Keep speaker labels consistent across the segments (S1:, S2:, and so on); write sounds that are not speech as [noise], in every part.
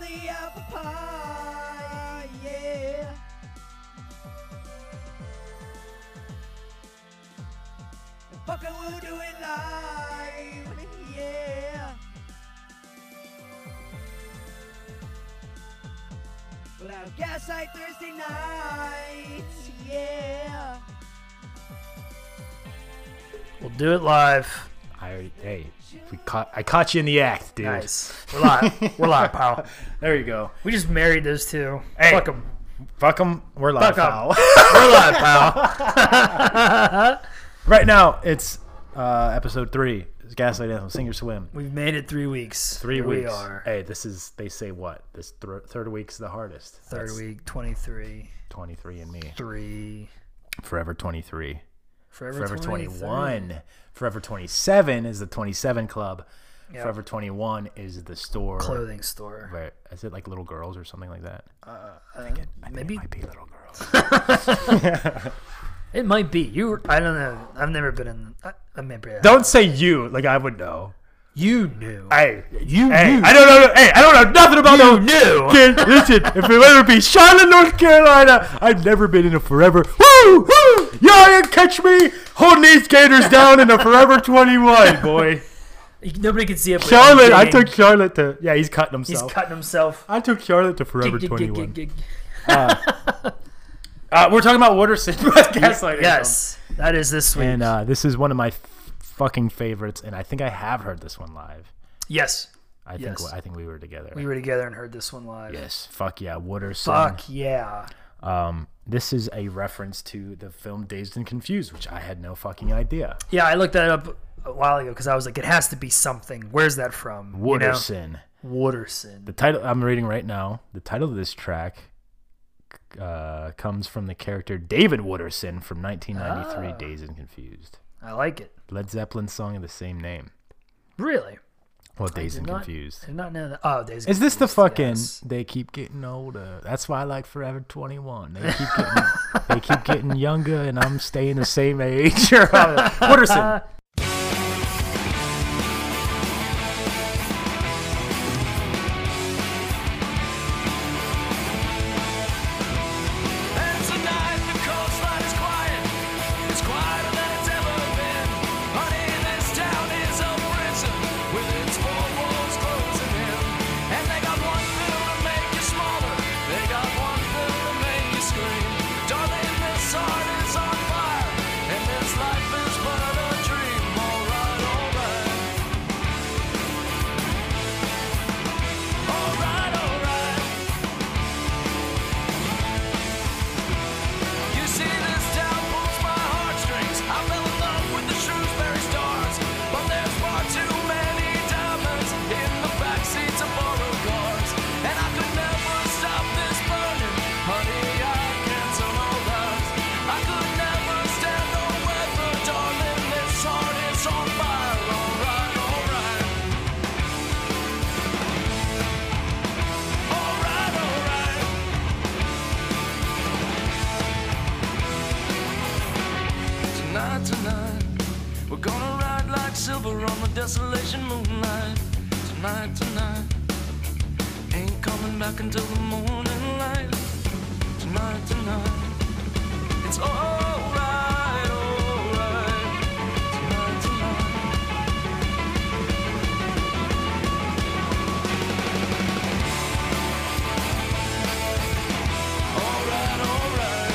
S1: be a pie, yeah. The fucking we'll do it live, yeah. We'll have gaslight Thursday nights, yeah.
S2: We'll do it live.
S3: I already, hey, we caught, I caught you in the act, dude.
S2: Nice. We're live. We're live, pal.
S3: There you go.
S2: We just married those two.
S3: Hey.
S2: Fuck 'em.
S3: Fuck them. We're live.
S2: Fuck 'em.
S3: pal.
S2: We're live, pal.
S3: [laughs] right now, it's uh, episode three. It's Gaslight Anthem, Sing or Swim.
S2: [laughs] We've made it three weeks.
S3: Three
S2: Here
S3: weeks.
S2: We are.
S3: Hey, this is, they say what? This thr third week's the hardest.
S2: Third
S3: That's
S2: week, 23,
S3: 23 and me.
S2: 3,
S3: Forever 23.
S2: Forever,
S3: Forever
S2: 23.
S3: 21. Forever 27 is the 27 Club.
S2: Yep.
S3: Forever 21 is the store.
S2: Clothing store.
S3: Where, is it like little girls or something like that?
S2: Maybe
S3: Might be little girls.
S2: it might be. You, I don't know. I've never been in. I, I maybe I-
S3: Don't say you. Like I would know.
S2: You knew.
S3: Hey,
S2: you
S3: hey,
S2: knew.
S3: I don't know. Hey, I don't know nothing about
S2: You
S3: those
S2: knew.
S3: kids. Listen, if it whether it be Charlotte, North Carolina, I've never been in a forever. Woo, woo! Y'all didn't catch me holding these gators down in a forever twenty-one, boy.
S2: Nobody could see it. but
S3: [laughs] Charlotte, I
S2: I'm
S3: took Charlotte to. Yeah, he's cutting
S2: He's
S3: himself.
S2: cutting himself.
S3: I took Charlotte to
S2: Gig,
S3: forever
S2: gig, gig,
S3: twenty-one.
S2: gig, gig.
S3: [laughs] Uh, we're talking about Waterson [laughs] gaslighting.
S2: Yes, that is this week.
S3: and uh, this is one of my f- fucking favorites, and I think I have heard this one live.
S2: yes,
S3: I
S2: Yes.
S3: think I think we were together.
S2: we were together and heard this one live.
S3: yes, fuck yeah, Waterson.
S2: Fuck yeah.
S3: Um, this is a reference to the film Dazed and Confused, which I had no fucking idea.
S2: Yeah, I looked that up a while ago because I was like, it has to be something. Where's that from? You know?
S3: Waterson.
S2: Wooderson.
S3: The title I'm reading right now. The title of this track uh, comes from the character David Waterson from 1993
S2: Ah.
S3: Dazed and Confused,
S2: I like it.
S3: Led Zeppelin song of the same name.
S2: Really?
S3: Well, Dazed and
S2: not-
S3: Confused.
S2: I did not know that. Oh, there's.
S3: Is this the fucking?
S2: yes.
S3: They keep getting older. That's why I like Forever 21. They keep getting, they keep getting younger, and I'm staying the same age. [laughs] Waterson.
S4: It's a night, the coastline is quiet. It's quieter than it's ever been. Honey, this town is a prison with its four walls closing in. And they got one pill to make you smaller. They got one pill to make you scream. Darling, this heart is on fire. And this life is but a dream. Alright, alright. Alright, alright. You see, this town pulls my heartstrings. I fell in love with the Shrewsbury Stars, but there's far too many diamonds in the backseats of borrowed cars, and I could never stop this burning. Honey, I cancel all that. I could never stand the weather, darling. This heart is on fire. Alright, alright, alright, alright. Tonight, tonight, we're gonna ride like silver on the desolation moonlight. Tonight, tonight, ain't coming back until the morning light. Tonight, tonight, it's alright, alright. Tonight, tonight. Alright, alright.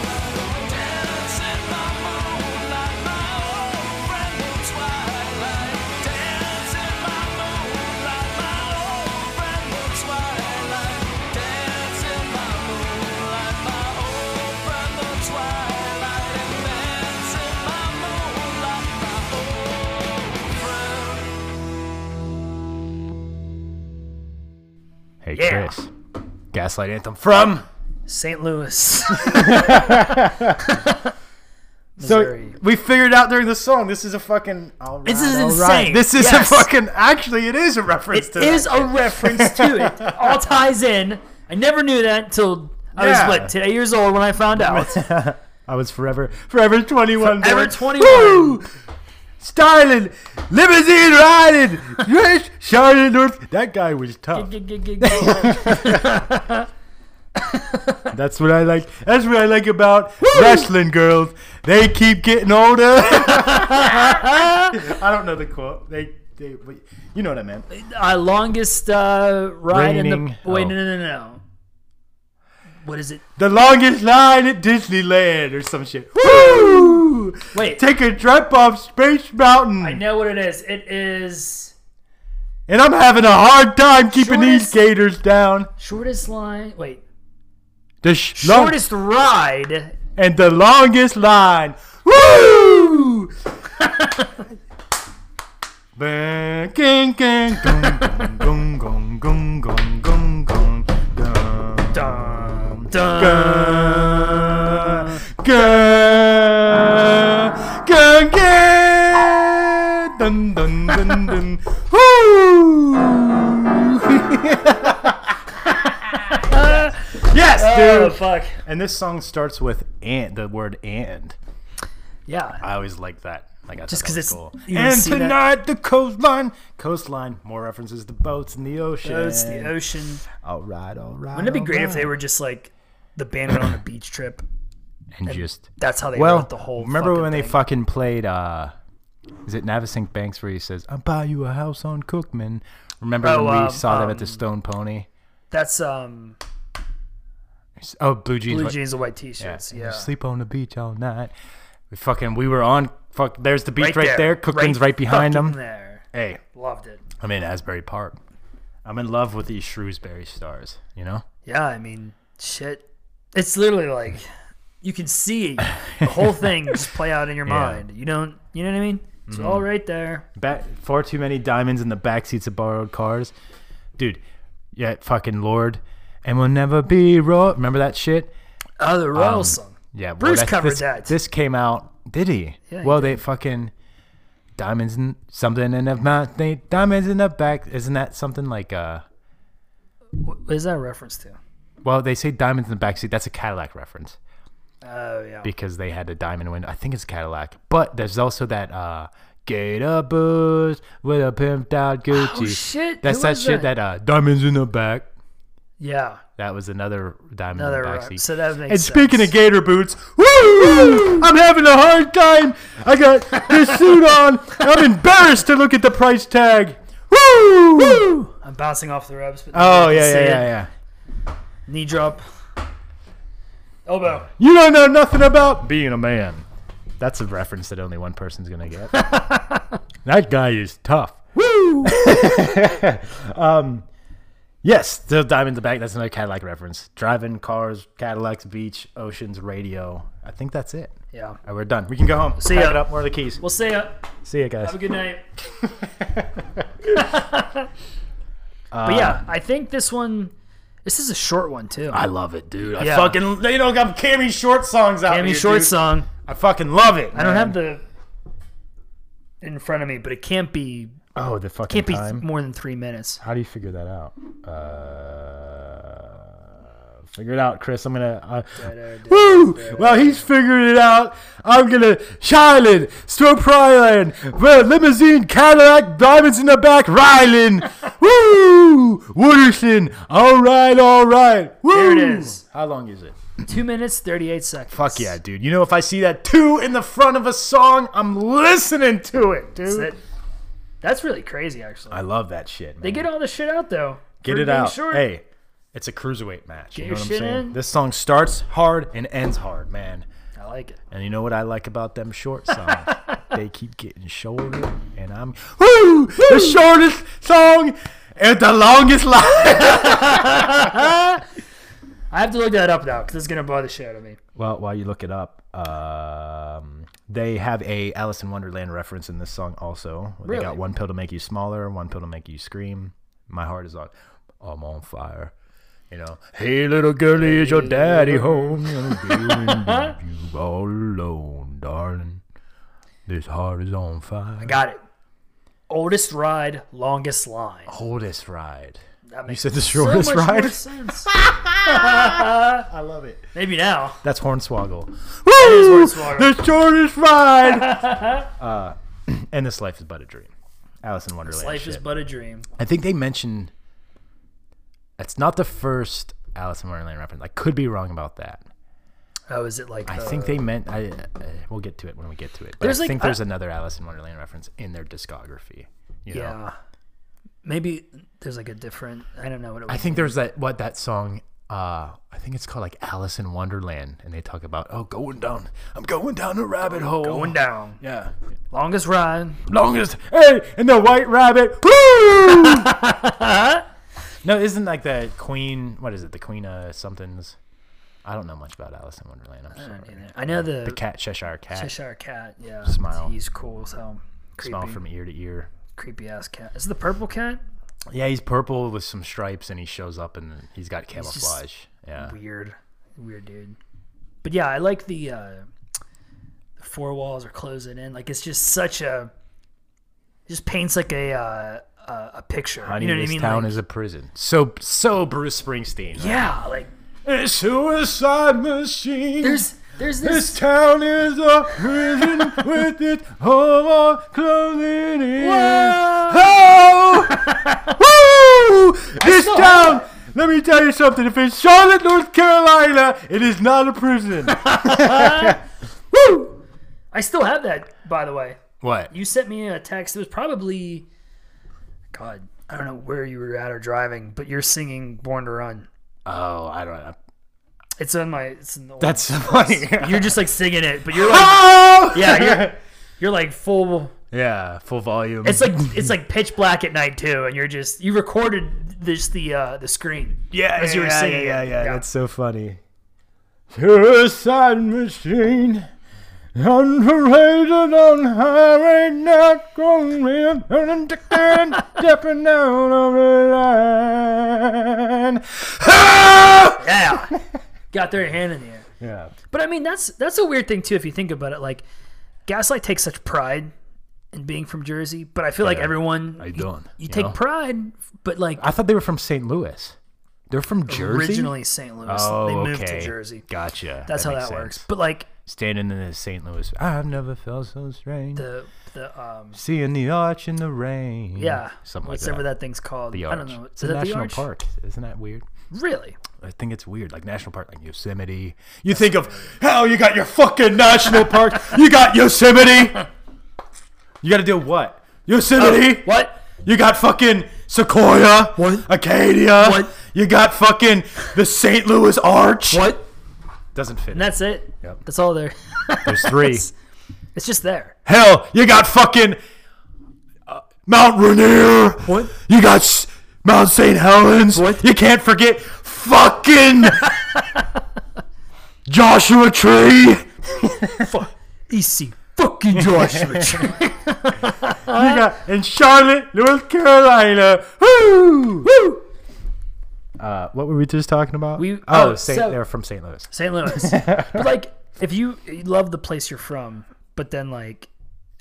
S4: Dance in my moonlight, my own brand new twilight. Dance in my moonlight, my own brand new twilight. Dance in my moonlight, my own brand new twilight. And dance in my moonlight, my
S3: Hey
S4: own friend.
S2: Yeah.
S3: Chris, Gaslight Anthem from
S2: St. Louis. [laughs]
S3: So
S2: Missouri.
S3: we figured out during the song this is a fucking. All right,
S2: This is
S3: all right.
S2: insane.
S3: This is
S2: Yes.
S3: a fucking. Actually, it [laughs] is a reference
S2: it
S3: to. that
S2: is a
S3: shit.
S2: reference to
S3: [laughs]
S2: it. It All ties in. I never knew that until I
S3: Yeah.
S2: was, what, 10 years old
S3: [laughs]
S2: when I found out.
S3: I was forever, forever twenty one.
S2: Forever
S3: boy.
S2: 21.
S3: Woo! styling, limousine riding, rich Charlotte North. That guy was tough. That's what I like. That's what I like about wrestling girls. They keep getting older.
S2: [laughs]
S3: I don't know the quote. They, they, but you know what I meant.
S2: uh, longest uh, ride in
S3: Raining-
S2: the. Wait,
S3: oh.
S2: no, no, no, no. What is it?
S3: The longest line at Disneyland or some shit. Woo!
S2: Wait.
S3: Take a trip off Space Mountain.
S2: I know what it is. It is
S3: And I'm having a hard time keeping
S2: Shortest-
S3: these gators down.
S2: shortest line. Wait,
S3: The sh- long-
S2: shortest ride.
S3: and the longest line. Woo! Bang, king, king, gong, gong, gong, gong, gong, gong, gong, gong,
S2: Dum, dum.
S3: gong, gong, gong, gong, dun, dun, dun, dun. Woo! [laughs] yes,
S2: Oh,
S3: dude.
S2: fuck.
S3: And this song starts with and the word and.
S2: Yeah.
S3: I always like that. Like I
S2: Just
S3: thought that
S2: 'cause it's-
S3: was cool.
S2: you don't
S3: and
S2: see that-
S3: tonight the coastline, coastline. More references to boats in the ocean.
S2: It's the ocean.
S3: All right, all right.
S2: Wouldn't it be great if they were just like the band went on a beach trip?
S3: and just
S2: That's how they
S3: well
S2: wrote the whole.
S3: Remember
S2: fucking
S3: when they
S2: thing.
S3: fucking played? uh Is it Navasink Banks where he says, "I'll buy you a house on Cookman"? Remember
S2: Oh,
S3: when we
S2: um,
S3: saw them at the
S2: um,
S3: Stone Pony?
S2: That's um
S3: Oh, blue jeans.
S2: blue
S3: what-
S2: jeans and white
S3: Yeah.
S2: t-shirts.
S3: You
S2: Yeah.
S3: Sleep on the beach all night. We fucking we were on. Fuck, there's the beach right, there. Cookman's right, behind
S2: fucking
S3: them.
S2: There.
S3: Hey,
S2: Loved it.
S3: I'm in Asbury Park. I'm in love with these Shrewsbury stars, you know?
S2: Yeah, I mean, shit. It's literally like you can see the
S3: [laughs]
S2: whole thing just play out in your mind. You don't, you know what I mean? It's
S3: Mm-hmm.
S2: all right there.
S3: Back, far too many diamonds in the back seats of borrowed cars. Dude, yeah, fucking Lord. And we'll never be raw. Remember that shit?
S2: Oh, the Royal
S3: Um,
S2: song.
S3: Yeah, well,
S2: Bruce
S3: that's-
S2: covered
S3: this,
S2: that.
S3: This came out, did he?
S2: Yeah, he
S3: well, they fucking diamonds and something in the mouth. They diamonds in the back. Isn't that something like uh?
S2: What is that a reference to?
S3: Well, they say diamonds in the back seat. That's a Cadillac reference.
S2: Oh yeah.
S3: because they had a diamond window. I think it's Cadillac, but there's also that uh, Gator Boots with a pimped out Gucci.
S2: Oh, shit,
S3: That's
S2: who
S3: that
S2: was
S3: shit
S2: that?
S3: that uh, diamonds in the back.
S2: yeah.
S3: That was another diamond
S2: Another
S3: in
S2: re-
S3: the backseat.
S2: so that makes
S3: and speaking of
S2: sense.
S3: gator boots, woo! I'm having a hard time. I got
S2: [laughs]
S3: this suit on. I'm embarrassed to look at the price tag. Woo! Woo!
S2: I'm bouncing off the ropes. But
S3: Oh
S2: you
S3: yeah,
S2: can
S3: yeah,
S2: see
S3: yeah,
S2: it.
S3: yeah.
S2: Knee drop. Elbow.
S3: You don't know nothing about being a man. That's a reference that only one person's
S2: [laughs]
S3: gonna get. that guy is tough. Woo! [laughs] um, yes, the diamond in the back. That's another Cadillac reference. Driving cars, Cadillacs, beach, oceans, radio. I think that's it.
S2: Yeah.
S3: All right, we're done. We can go home.
S2: See
S3: Pack
S2: ya.
S3: it up. Where are the keys?
S2: We'll see ya.
S3: See you guys.
S2: Have a good night. [laughs]
S3: [laughs]
S2: but yeah, I think this one. This is a short one too.
S3: Uh, I love it, dude. I
S2: Yeah.
S3: fucking they don't got Cammy short songs out.
S2: Damn
S3: here,
S2: you short
S3: dude.
S2: song.
S3: I fucking love it.
S2: I don't have the in front of me, but it can't be
S3: oh the fucking
S2: can't be th-
S3: time.
S2: more than three minutes.
S3: How do you figure that out? Uh, figure it out, Chris. I'm gonna. Uh, woo! Well, he's figured it out. I'm gonna Shiloh, Stroke Ryland, well, limousine, Cadillac, diamonds in the back,
S2: [laughs]
S3: Ryland. woo! Wooderson. All right, all right. Woo!
S2: There it is.
S3: How long is it?
S2: Two minutes thirty eight seconds.
S3: Fuck yeah, dude. You know, if I see that two in the front of a song, I'm listening to it,
S2: That's,
S3: dude.
S2: it. That's really crazy, actually.
S3: I love that shit, man.
S2: they get all the shit out though.
S3: Get
S2: for
S3: it
S2: being
S3: out.
S2: Short.
S3: Hey, it's a cruiserweight match. you
S2: Get your
S3: know what I'm
S2: shit
S3: saying?
S2: in.
S3: This song starts hard and ends hard, man.
S2: I like it.
S3: And you know what I like about them
S2: [laughs]
S3: short songs? they keep getting shorter, and I'm woo the shortest song and the longest [laughs] line.
S2: I have to look that up now because it's gonna bother the shit out of me.
S3: well, while you look it up, um, they have a Alice in Wonderland reference in this song also. They
S2: Really?
S3: got one pill to make you smaller, one pill to make you scream. My heart is on, I'm on fire. You know, hey little girlie, is your
S2: [laughs]
S3: daddy home? you all alone, darling. This heart is on fire.
S2: Got it. Oldest ride, longest line.
S3: Oldest ride.
S2: That makes
S3: said the
S2: so
S3: shortest
S2: much more
S3: Oh, ride?
S2: sense.
S3: I love it.
S2: [laughs] Maybe now.
S3: That's Hornswoggle. Woo!
S2: is Hornswoggle. [laughs]
S3: The shortest ride. uh, [clears throat] and this life is but a dream. Alice in Wonderland.
S2: Life
S3: shit.
S2: is but a dream.
S3: I think they mentioned. It's not the first Alice in Wonderland reference. I could be wrong about that.
S2: Oh, is it like?
S3: I
S2: the-
S3: think they meant. I uh, we'll get to it when we get to it. But
S2: There's
S3: I
S2: like-
S3: think
S2: I-
S3: there's another Alice in Wonderland reference in their discography. You know?
S2: Yeah. Maybe there's like a different. I don't know what it was.
S3: I think there's that what that song. Uh, I think it's called like Alice in Wonderland, and they talk about oh going down. I'm going down a rabbit hole.
S2: going down.
S3: Yeah.
S2: Longest ride.
S3: Longest. Hey, and the white rabbit.
S2: [laughs]
S3: Woo! no, isn't like the Queen. What is it? The Queen of somethings. I don't know much about Alice in Wonderland. I'm
S2: I, don't
S3: sorry.
S2: either. I know the,
S3: The cat Cheshire cat.
S2: Cheshire cat. Yeah.
S3: Smile.
S2: He's cool as hell. Creepy,
S3: Smile from ear to ear.
S2: creepy ass cat. Is it the purple cat?
S3: Yeah, he's purple with some stripes, and he shows up, and he's got
S2: just
S3: camouflage. yeah.
S2: Weird, weird dude. But yeah, I like the uh, the four walls are closing in. Like it's just such a. It just paints like a uh, a, a picture.
S3: Honey,
S2: you know what I
S3: this
S2: mean?
S3: town
S2: Like,
S3: is a prison. So, so Bruce Springsteen. right?
S2: yeah, like
S3: A suicide machine.
S2: there's there's this
S3: this town is a prison with its home clothing in.
S2: [laughs]
S3: Oh! Woo! This
S2: still
S3: town. Let me tell you something. If it's Charlotte, North Carolina, it is not
S2: [laughs]
S3: a prison. Woo!
S2: I still have that, by the way.
S3: What?
S2: You sent me a text. It was probably, God, I don't know where you were at or driving, but you're singing "Born to Run."
S3: Oh, I don't know.
S2: It's on my. It's in the.
S3: That's
S2: [laughs]
S3: funny.
S2: You're just like singing it, but
S3: [laughs]
S2: you're like,
S3: Oh!
S2: yeah, you're, you're like full.
S3: Yeah, full volume.
S2: It's like it's like pitch black at night too, and you're just you recorded this the uh the screen.
S3: yeah,
S2: as you were
S3: yeah,
S2: singing
S3: Yeah,
S2: it.
S3: yeah, yeah,
S2: Yeah.
S3: That's so funny. Suicide machine. Unparaded on highway, not going in, and [laughs] again, stepping down over the line. Ah!
S2: Yeah,
S3: [laughs]
S2: got their hand in the air.
S3: Yeah,
S2: But I mean, that's that's a weird thing too. If you think about it, like Gaslight takes such pride in being from Jersey, but I feel like
S3: Yeah.
S2: everyone
S3: How you doing?
S2: You,
S3: You
S2: take
S3: know?
S2: pride, but like
S3: I thought they were from St. Louis. They're from Jersey.
S2: originally St. Louis,
S3: oh,
S2: they moved
S3: okay.
S2: to Jersey.
S3: Gotcha.
S2: That's how that
S3: makes
S2: works.
S3: sense.
S2: But like
S3: Standing in the St. Louis, I've never felt so strange.
S2: the the um
S3: Seeing the arch in the rain.
S2: yeah,
S3: something like
S2: whatever
S3: that.
S2: that. thing's called.
S3: The
S2: I
S3: arch.
S2: don't know.
S3: It's
S2: Is
S3: a
S2: that the
S3: national
S2: arch?
S3: park. Isn't that weird?
S2: Really?
S3: I think it's weird. Like national park, like Yosemite. You think of hell. You got your fucking national park. you got Yosemite. You got to do what? Yosemite.
S2: Oh, What?
S3: You got fucking Sequoia.
S2: What?
S3: Acadia.
S2: What?
S3: You got fucking the St. Louis Arch.
S2: What?
S3: Doesn't fit.
S2: And that's it.
S3: Yep.
S2: That's all there.
S3: There's three.
S2: [laughs] It's just there.
S3: Hell, you got fucking uh, Mount Rainier.
S2: What?
S3: You got s- Mount St. Helens.
S2: What?
S3: You can't
S2: [laughs]
S3: forget fucking Joshua Tree.
S2: EC E
S3: [laughs]
S2: fucking Joshua. [laughs]
S3: you got in Charlotte, North Carolina. Woo! Woo! Uh, what were we just talking about?
S2: We-
S3: oh,
S2: oh,
S3: Saint,
S2: so-
S3: they're from St. Louis.
S2: St. Louis. but like, if you you love the place you're from, but then like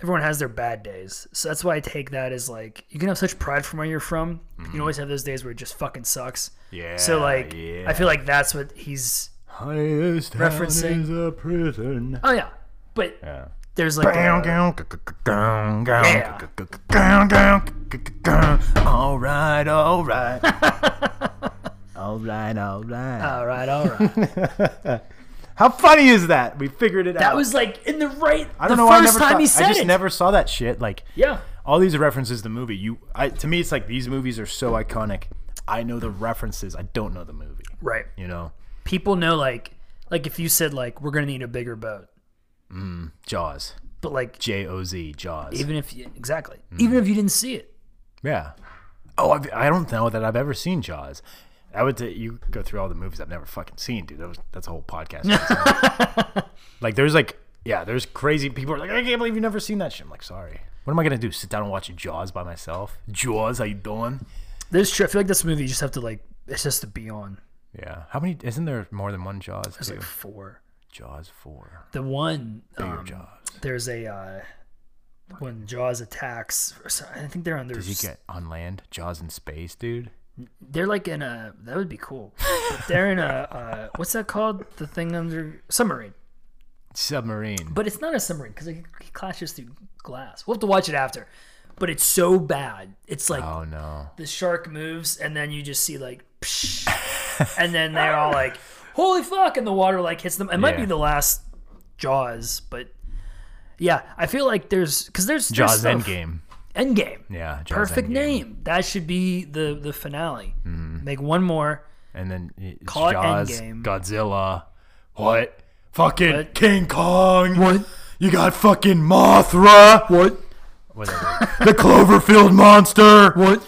S2: everyone has their bad days, so that's why I take that as like you can have such pride from where you're from. but
S3: Mm-hmm.
S2: You can always have those days where it just fucking sucks.
S3: Yeah.
S2: So like, I feel like that's what he's.
S3: highest town
S2: Referencing- Uh,
S3: is a prison.
S2: Oh yeah, but
S3: Yeah.
S2: there's like the-
S3: All right,
S2: [laughs]
S3: all right. all right, all right.
S2: all right, all right.
S3: How funny is that? We figured it out.
S2: that was like in the right.
S3: [laughs] I don't
S2: the
S3: know why I
S2: first
S3: never
S2: time
S3: saw,
S2: he said
S3: I just
S2: it.
S3: never saw that shit. Like
S2: yeah.
S3: all these references to the movie. You I to me it's like these movies are so iconic. I know the references, I don't know the movie.
S2: Right.
S3: You know?
S2: People know like like if you said like we're gonna need a bigger boat,
S3: Jaws.
S2: but like
S3: J O Z Jaws.
S2: even if you, exactly
S3: Mm-hmm.
S2: even if you didn't see it,
S3: Yeah. Oh, I've, I don't know that I've ever seen Jaws. I would say you go through all the movies I've never fucking seen, dude. That was, that's a whole podcast.
S2: [laughs]
S3: like, there's like, yeah, there's crazy people are like, I can't believe you've never seen that shit. I'm like, sorry. What am I gonna do? Sit down and watch Jaws by myself? Jaws, how you doing?
S2: This true. I feel like this movie you just have to like it's just to be on.
S3: Yeah. How many? Isn't there more than one Jaws?
S2: It's
S3: Too?
S2: like four.
S3: Jaws four.
S2: The one
S3: Bigger
S2: um,
S3: Jaws.
S2: there's a uh, when Jaws attacks. or so- I think they're on their.
S3: Did you get on land? Jaws in space, dude.
S2: They're like in a. That
S3: [laughs]
S2: would be cool. But they're in a. Uh, what's that called? The thing under submarine.
S3: submarine.
S2: But it's not a submarine because it it clashes through glass. We'll have to watch it after. But it's so bad. It's like
S3: Oh no!
S2: the shark moves and then you just see like
S3: [laughs]
S2: psh, and then they're all like holy fuck and the water like hits them it might be
S3: Yeah.
S2: the last jaws but yeah i feel like there's because there's there's
S3: Jaws
S2: stuff-
S3: Endgame.
S2: endgame
S3: Yeah, Jaws
S2: perfect
S3: Endgame. Mm-hmm.
S2: name that should be the the finale make one more
S3: And then it's
S2: Call it
S3: Jaws,
S2: Endgame.
S3: Godzilla. What? Fucking
S2: What?
S3: King Kong.
S2: What?
S3: You got fucking Mothra.
S2: what
S3: Whatever.
S2: [laughs]
S3: the Cloverfield monster.
S2: what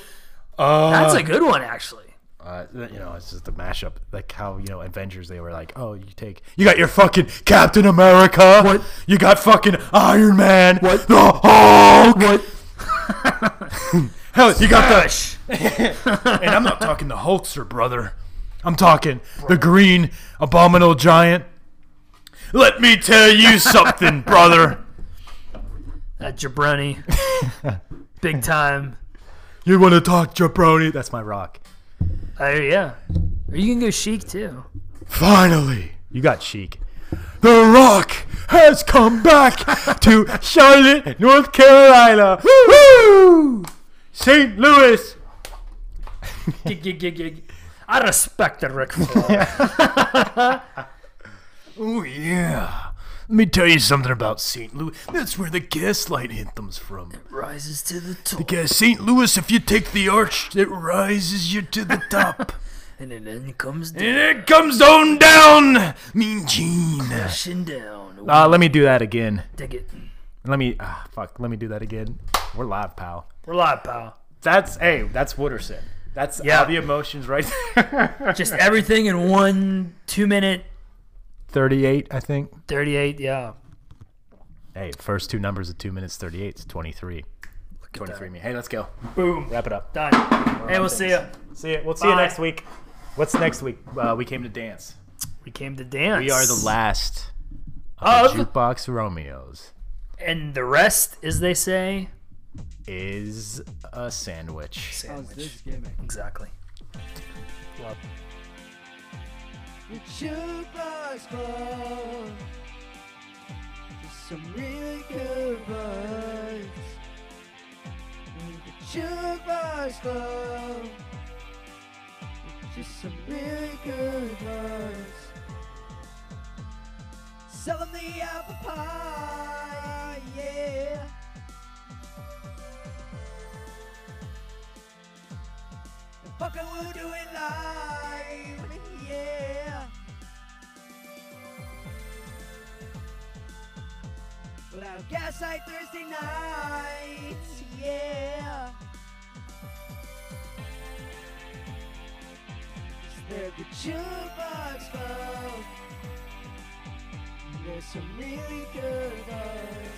S2: that's a good one actually
S3: Uh, you know, it's just a mashup. Like how you know Avengers, they were like, oh, you take, you got your fucking Captain America.
S2: What?
S3: You got fucking Iron Man.
S2: What?
S3: The Hulk.
S2: what
S3: [laughs] Hell, you got the
S2: gosh
S3: And I'm not talking the Hulkster, brother. I'm talking the green abominable giant. Let me tell you something, [laughs] brother.
S2: that
S3: [laughs]
S2: jabroni big time
S3: You want to talk jabroni? That's my rock.
S2: oh yeah or you can go chic too
S3: Finally, you got chic. The Rock has come back [laughs] to Charlotte, North Carolina. Woo! St. Louis.
S2: gig, gig, gig, gig. I respect the Ric
S3: [laughs]
S2: Flair.
S3: Oh yeah. Let me tell you something about St. Louis. That's where the Gaslight Anthem's from.
S2: Rises to the top
S3: Because St. Louis, if you take the arch, it rises you to [laughs] the top.
S2: and it then comes
S3: and it comes on down, Mean Gene.
S2: dashing down.
S3: Uh, let me do that again.
S2: Dig it.
S3: Let me, ah, fuck, let me do that again. We're live, pal.
S2: We're live,
S3: [laughs]
S2: pal.
S3: That's, hey, that's Wooderson. That's
S2: Yeah.
S3: all the emotions right [laughs] there.
S2: Just everything in one two minute
S3: 38, I think.
S2: thirty eight. Yeah.
S3: Hey, first two numbers of 2 minutes 38 is 23. 23 me. Hey, let's go.
S2: Boom.
S3: Wrap it up.
S2: Done. Hey, we'll see ya.
S3: See you. We'll see you
S2: Bye.
S3: next week. What's next week? Uh, we came to dance.
S2: We came to dance.
S3: We are the last
S2: of,
S3: Jukebox Romeos.
S2: and the rest, as they say.
S3: is a sandwich.
S1: How's this gimmick?
S2: Exactly.
S1: The Jukebox Club. There's some really good vibes. In the Jukebox Club. There's Just some really good vibes. Sell 'em the apple pie, yeah. Fucking we'll do it live, yeah. We'll have Gaslight Thursday nights, yeah. Is there the jukebox club? There's some really good ones.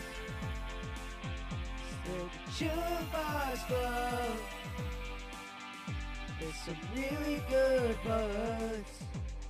S1: Is there the jukebox club? There's some really good buds.